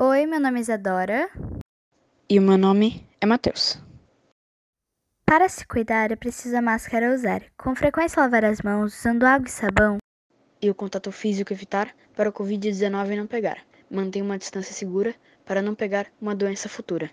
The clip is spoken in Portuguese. Oi, meu nome é Isadora. E o meu nome é Matheus. Para se cuidar, é preciso a máscara usar, com frequência lavar as mãos usando água e sabão. E o contato físico evitar para o Covid-19 não pegar. Mantenha uma distância segura para não pegar uma doença futura.